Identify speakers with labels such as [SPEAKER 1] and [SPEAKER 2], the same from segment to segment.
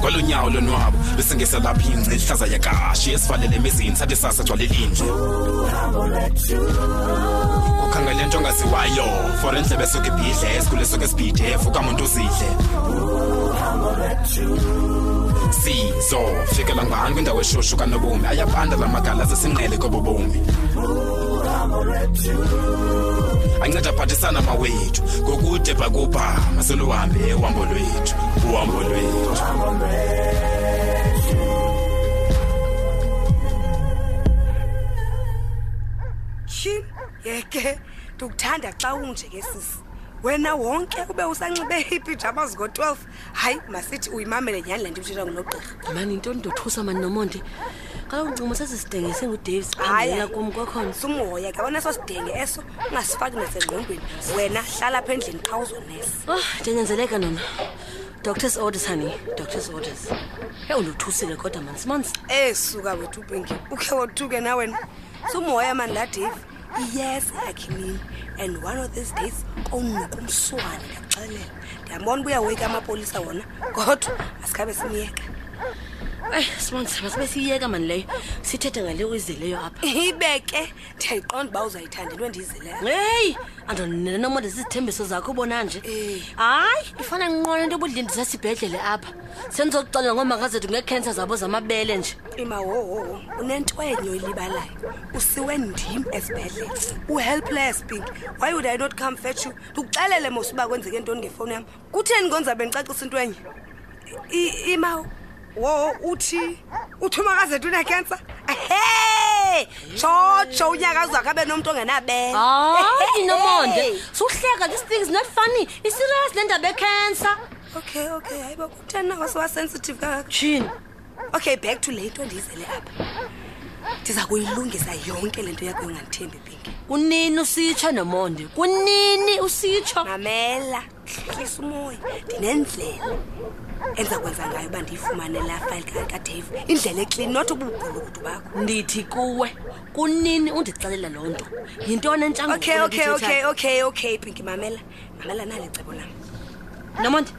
[SPEAKER 1] kwalonyawo lonwabo besingeselapha ingci ihlaza yakashi esivalele emizini sathi sasagcwale linje ukhangele nto ongaziwayo for endlebe esuke ibhidle esikhule esuke esibhidef ukamuntu uzidle sizofikela ngani kwindawo eshushu kanobomi ayabanda la magala zesinqele kobobomi anceda aphathisana mawethu ngokude bhakubha maseluhambe uhambo lwethu uhambo lwethu
[SPEAKER 2] tyhini yeke ndikuthanda xa unje ke sisi wena wonke ube usanxibe iipijamas ngo-12 hayi masithi uyimamele nyhani le nto utshitsha ngunogqirha
[SPEAKER 3] mani yintoni ndothusa mani nomonde xa ucinga sesisidenge singudavis
[SPEAKER 2] Hayi,
[SPEAKER 3] angela
[SPEAKER 2] hayi.
[SPEAKER 3] kum kwakhona
[SPEAKER 2] sumhoya ke aboneso sidenge eso ungasifaki nasengqondweni wena hlala apha endlini xa uzonesa
[SPEAKER 3] oh ndenyanzeleka nona doctor's orders honey doctor's orders ewu ndothusile kodwa mani simanzi
[SPEAKER 2] esuka wethu ubhinki ukhe wothuke na wena sumhoya mani laa dave iyeza yakhe mini and one of these days kowunokumswane ndakuxelela ndiyambona uba uyawoyika amapolisa wona kodwa masikhabe simyeka
[SPEAKER 3] eyi simanzi Eh, masibe siyiyeka mani leyo sithethe ngale uyizeleyo apha
[SPEAKER 2] ibeke ndiyayiqonda uba uzayithandelwe ndiyizeleyo
[SPEAKER 3] heyi andonenomonde zizithembiso zakho ubona nje
[SPEAKER 2] Eh.
[SPEAKER 3] hayi ifana nqona into obudlindisesibhedlele apha senizokuxelela ngoomaka zethu ngeekhensa zabo zamabele nje
[SPEAKER 2] imawowowo unento enye oyilibalayo usiwe ndim esibhedlele uhelpless pink why would i not come fetch you ndikuxelele mos uba kwenzeke ntoni ngefowuni yam kutheni konzabe ndicacisa into enye I- imawo wo uthi uthi umakazethu unekensa he tshotsho unyaka uzakho abe nomntu ongenabele
[SPEAKER 3] hayi nomonde suhleka this thing is not funny iserious le ndaba ekhensa
[SPEAKER 2] okay okay hayi bakutheni nangosowasensitive kangako
[SPEAKER 3] tshini
[SPEAKER 2] okay back to le nto ndiyizele apha ndiza kuyilungisa yonke le nto yakho yongandithembi pinki
[SPEAKER 3] kunini usitsho nomonde kunini usitsho
[SPEAKER 2] mamela hlisa umoya ndinendlela endiza kwenza ngayo uba ndiyifumane laa fayile ka- kadave indlela eklini not ububhulukudu bakho
[SPEAKER 3] ndithi kuwe kunini undixelela loo nto yintoni entlango
[SPEAKER 2] okay okay okay okay okay pinki mamela mamela nali cebo lam
[SPEAKER 3] nomonde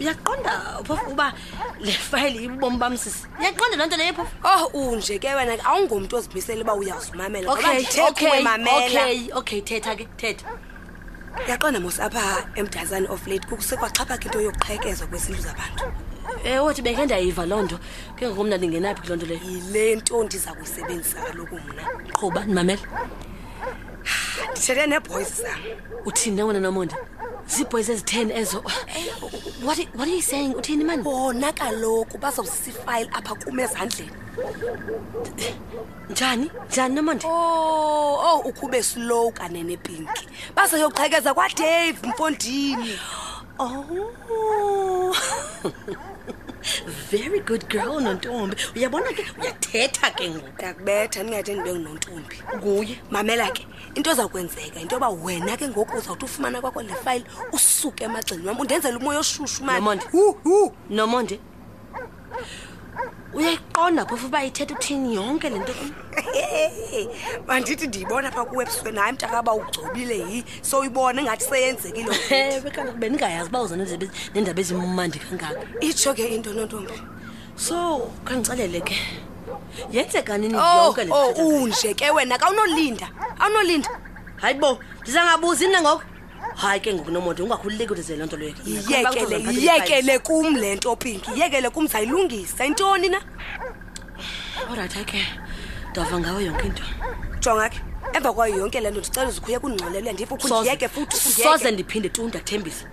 [SPEAKER 3] uyaqonda phofu uba le fayile ibubomi bamsisi uyaqonda loo nto leyo phofu
[SPEAKER 2] oh unje ke wena ke awungomntu ozimisele uba uyawuzimamela ngoba
[SPEAKER 3] okay
[SPEAKER 2] ndithe kuwe
[SPEAKER 3] okay
[SPEAKER 2] mamela
[SPEAKER 3] okay okay thetha ke thetha
[SPEAKER 2] yaqonda mos apha emdazane of late kusekwaxhaphaka into yoqhekezwa kwezindlu zabantu
[SPEAKER 3] ewothi beke ndayiva loo nto ke ngoku mna ndingenaphi kuloo nto leyo
[SPEAKER 2] yile nto ndiza kuyisebenzisa kaloku mna
[SPEAKER 3] qhuba ndimamele
[SPEAKER 2] ndithethe neeboys zam
[SPEAKER 3] uthini wena nomonde ziibhoys ezitheni ezo what, are- what are you saying uthini mani
[SPEAKER 2] bona kaloku bazawusisa ifayile apha kum ezandleni
[SPEAKER 3] njani njani nomonde
[SPEAKER 2] oh ow ukhube slow kanene pinki bazayoqhekeza kwadave mfondini
[SPEAKER 3] oh very good girl nontombi uyabona ke uyathetha ke ngoku
[SPEAKER 2] ndakubetha ndingade ndibe ngunontombi
[SPEAKER 3] nguye
[SPEAKER 2] mamela ke into eza kwenzeka into yoba wena ke ngoku uzawuthi ufumana kwakho le fayile usuke emagxini wam undenzela umoya oshushu mani
[SPEAKER 3] Nomonde. nomonde uyayiqonda phofu uba ithetha uthini yonke le nto kum
[SPEAKER 2] Hey, mandithi Eh, ndiyibona phaa kuwebsweni hayi mntakaba ugcobile yi so uyibone ngathi seyenzekile
[SPEAKER 3] ewe kaloku bendingayazi uba uza neendaba ezi- neendaba ezimandi kangaka
[SPEAKER 2] itsho ke into nontombi
[SPEAKER 3] so khandicelele ke yenzeka nini
[SPEAKER 2] oh
[SPEAKER 3] yonke le
[SPEAKER 2] oh
[SPEAKER 3] nto khathazayo?
[SPEAKER 2] unje ke wena kawunolinda awunolinda
[SPEAKER 3] hayi bo ndizangabuzi mna ngoku hayi ke ngoku nomonde ungakhululeki ndizele loo nto leyo ke. Uyakhomba ukuthi
[SPEAKER 2] yiyekele yiyekele
[SPEAKER 3] uzandiphathela ifayifi.
[SPEAKER 2] kum le nto pinki yiyekele kum zayilungisa yintoni na
[SPEAKER 3] olrayithi hayi ke ndava ngawo yonke into
[SPEAKER 2] jonga ke emva kwayo yonke le nto ndicela uzikhuye kundingcolele ndive
[SPEAKER 3] Soze-
[SPEAKER 2] ukhundiyeke futhi
[SPEAKER 3] soze ndiphinde tu ndiyakuthembisa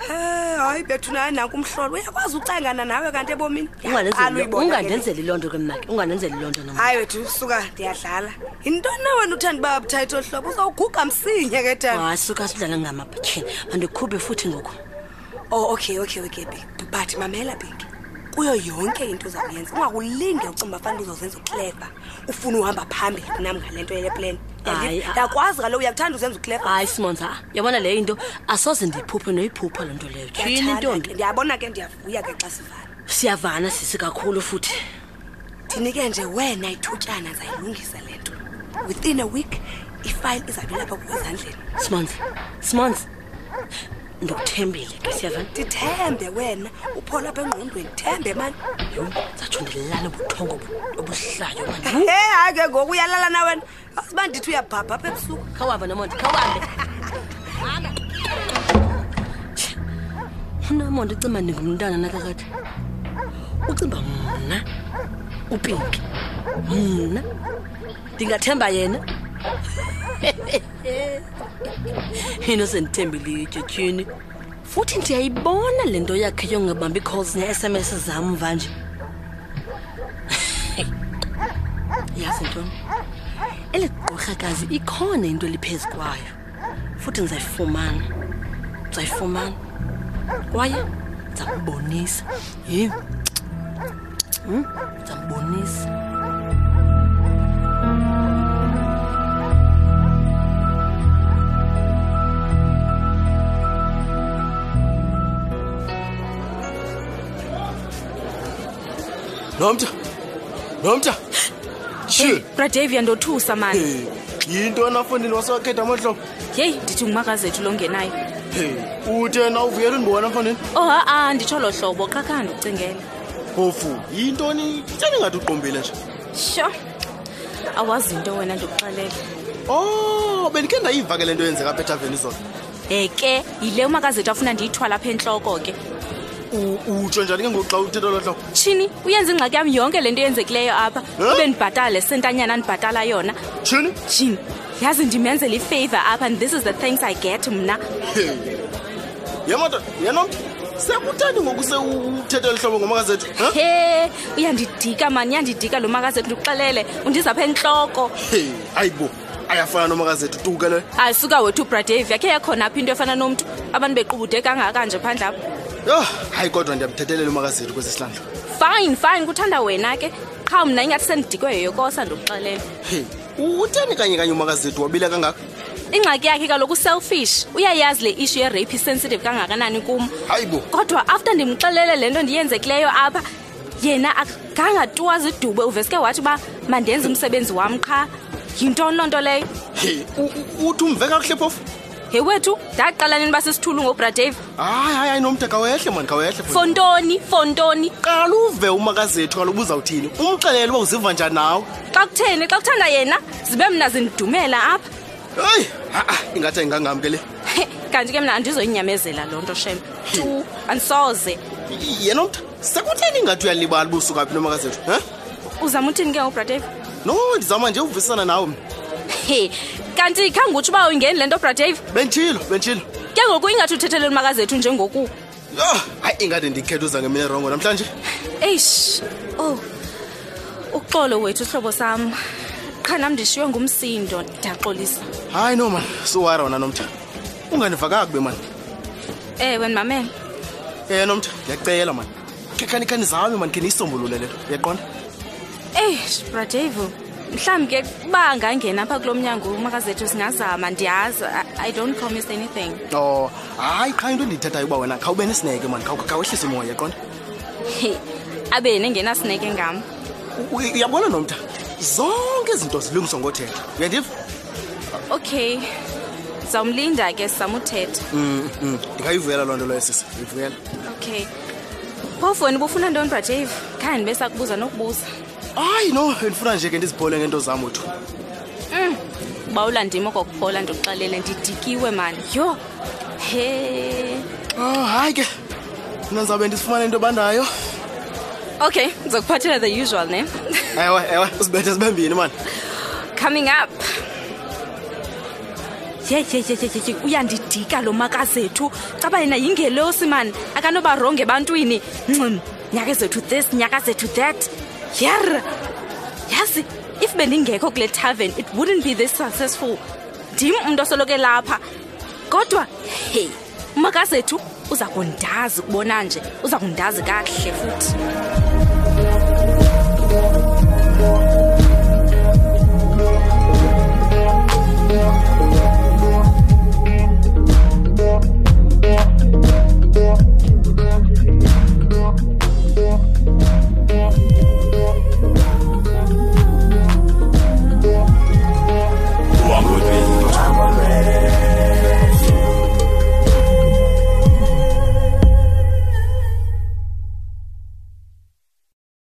[SPEAKER 2] He, hayi bethu naye nankumhlolo uyakwazi ucangana nawe kanti ebomini Yaqala
[SPEAKER 3] Ungandenzeli-
[SPEAKER 2] uyibona ke le-
[SPEAKER 3] ungandenzeli loo nto ke mna ke ungandenzeli loo nto nomonde
[SPEAKER 2] hayi wethu suka ndiyadlala yintoni na wena uthanda uba buthayitho hlobo uzawuguga msinya ke tana
[SPEAKER 3] hayi suka sidlale ngamabhatyhini mandikhuphe futhi ngoku
[SPEAKER 2] oh okay okay okay Pink. but mamela Pink. kuyo yonke into uzawuyenza ungakulinge ucimba fanele uzozenza ukleva ufuna uhamba phambili kunam ngale nto yele plan
[SPEAKER 3] Hayi, a-
[SPEAKER 2] ndakwazi kaloku uyakuthanda uzenza ukleva
[SPEAKER 3] hayi simons a yabona leyo into asoze ndiyiphuphe noyiphupha loo nto leyo tyhini ntombi
[SPEAKER 2] ndiyabona ke ndiyavuya ke xa sivala
[SPEAKER 3] siyavana sisi kakhulu futhi
[SPEAKER 2] ndinike nje wena ithutyana ndizayilungisa le nto within a week ifayile izawubelapha kuwezandleni
[SPEAKER 3] simons simons ndikuthembile ke siyavana
[SPEAKER 2] ndithembe wena uphola apha engqondweni thembe mani
[SPEAKER 3] yho satsho ndililala ubuthongo obu- obuhlayo mani
[SPEAKER 2] he hayi ke ngoku uyalala na wena yazi uba ndithi uyabhabha apha ebusuku
[SPEAKER 3] khawuhambe nomonde khawuhambe unamonde ucimba ndingumntana nakakade ucimba mna upinki mna ndingathemba yena into sendithembile ityutyini futhi ndiyayibona le nto yakhe yongabambi calls ne-s m s zam mva nje yazi ntoni eli gqirhakazi ikhona into eliphezu kwayo futhi ndizayifumana ndizayifumana kwaye ndizambonisa yhe
[SPEAKER 4] Hmm?
[SPEAKER 3] Mm, ndizambonisa
[SPEAKER 5] nomta nomta shit
[SPEAKER 4] bradavia ndothusa mani
[SPEAKER 5] hey yintoni afondini wasewakhetha amahlobo
[SPEAKER 4] yeyi ndithi ngumakazethu lo ngenayo
[SPEAKER 5] hey uthe na uvuyela undibona mfondini
[SPEAKER 4] oh ha-a nditsho lo hlobo qha kha ndikucingele
[SPEAKER 5] phofu yintoni seningathi uqumbile nje
[SPEAKER 4] sho awazi into wena ndikuxelele
[SPEAKER 5] o Oh, bendikhe ndayiva ke le nto yenzeka apha ethaveni izolo
[SPEAKER 4] eke yile umakazethu afuna ndiyithwala apha entloko ke
[SPEAKER 5] U- utsho njani ke ngoku xa uthetha lo hlobo
[SPEAKER 4] tshini uyenza ingxaki yam yonke le nto eyenzekileyo apha
[SPEAKER 5] Huh?
[SPEAKER 4] ube ndibhatale sentanyana ndibhatala yona
[SPEAKER 5] tshini
[SPEAKER 4] tshini yazi ndimenzela ifavor apha and this is the things i get mna
[SPEAKER 5] hey yemadoda yenomta sekuthandi ngoku seuthethe lihlobo ngomakazethu ha?
[SPEAKER 4] he uyandidika mani uyandidika lo makazethu ndikuxelele undizapha entloko
[SPEAKER 5] hey hayi bo ayafana nomakazethu tuke leyo
[SPEAKER 4] hayi suka wethu ubradavia khe yakhona apha into efana nomntu abantu bequbude kangaka nje phandle apha
[SPEAKER 5] yho Ah, hayi kodwa ndiyamthethelela umakazethu kwesi sihlandlo
[SPEAKER 4] fine fine kuthanda wena ke qha mna ingathi sendidikwe yoyokosa ndikuxelele
[SPEAKER 5] hey utheni kanye kanye umakazethu wabila kangaka
[SPEAKER 4] ingxaki yakhe kaloku selfish uyayazi le issue yerape isensitive kangakanani kum
[SPEAKER 5] hayi bo
[SPEAKER 4] kodwa after ndimxelele le nto ndiyenzekileyo apha yena akangatuwa zidube uveske wathi uba mandenze umsebenzi wam qha yintoni loo nto leyo
[SPEAKER 5] Hey, u- u- uthi umve kakuhle phofu
[SPEAKER 4] he wethu ndaqala nini uba sisithulu ngobradave
[SPEAKER 5] hayi hayi hayi nomda khawehle mani khawehle fo-
[SPEAKER 4] fontoni fontoni
[SPEAKER 5] qala uve umakazethu kaloku uzawuthini umxelele uba uziva njani nawe
[SPEAKER 4] xa kutheni xa kuthanda yena zibe mna zindidumela apha
[SPEAKER 5] hayi ha-a ingathi ayingangam ke le
[SPEAKER 4] He, kanti ke mna andizoyinyamezela loo nto shem tu andisoze
[SPEAKER 5] Y- yena umda sekutheni ingathi uyalibala busuka phi nomakazethu he
[SPEAKER 4] uzama uthini ke ngobradave
[SPEAKER 5] no ndizama nje uvisisana nawe mna
[SPEAKER 4] he kanti khange utsho uba uyingeni le nto bradave
[SPEAKER 5] benditshilo benditshilo
[SPEAKER 4] ke ngoku ingathi uthetheleni makazethu njengoku
[SPEAKER 5] yho hayi ingathi ndikhetha uza ngemini erongo namhlanje
[SPEAKER 4] eish oh uxolo wethu sihlobo sam qha nam ndishiywe ngumsindo ndiyaxolisa
[SPEAKER 5] hayi no mani suwara wona nomda ungandiva kakube mani
[SPEAKER 4] ewe ndimamele
[SPEAKER 5] Eh nomda ndiyacela mani khe khani khani zame mani khe niyisombulule le nto uyaqonda
[SPEAKER 4] eish bradave mhlawumbi ke uba angangena apha kulo mnyango umakazethu singazama ndiyazi I- i don't promise anything
[SPEAKER 5] o Oh, hayi qha into endiyithethayo uba wena khawube nesineke mani khaw- khawehlise umoya uyaqonda
[SPEAKER 4] He, abe yena engenasineke ngam
[SPEAKER 5] U- u- uyabona nomda zonke izinto zilungiswa ngothetha uyandiva
[SPEAKER 4] okay ndizawumlinda ke sizama uthetha
[SPEAKER 5] Mm, mm, ndingayivuyela loo nto leyo sisi ndiyivuyela
[SPEAKER 4] okay phofu wena ubufuna ntoni bradave khanye ndibe sakubuza nokubuza
[SPEAKER 5] hayi no ndifuna nje ke ndiziphole ngeento zam wethu
[SPEAKER 4] ubawula ndim okokuphola ndikuxelele ndidikiwe mani yho he
[SPEAKER 5] Ah, hayi ke mna ndizawube ndizifumane into ebandayo
[SPEAKER 4] okay ndizokuphathela the usual ne
[SPEAKER 5] ewe ewe uzibethe zibembini mani
[SPEAKER 4] coming up ye ye ye ye, ye ye uyandidika lo makazethu caba yena yingelosi mani akanoba ronge ebantwini ncim nyaka zethu this nyaka zethu that yer yazi if bendingekho kule tavern it wouldn't be this successful ndim umntu osoloke lapha kodwa hey umakazethu uza kundazi ukubona nje uza kundazi kakuhle futhi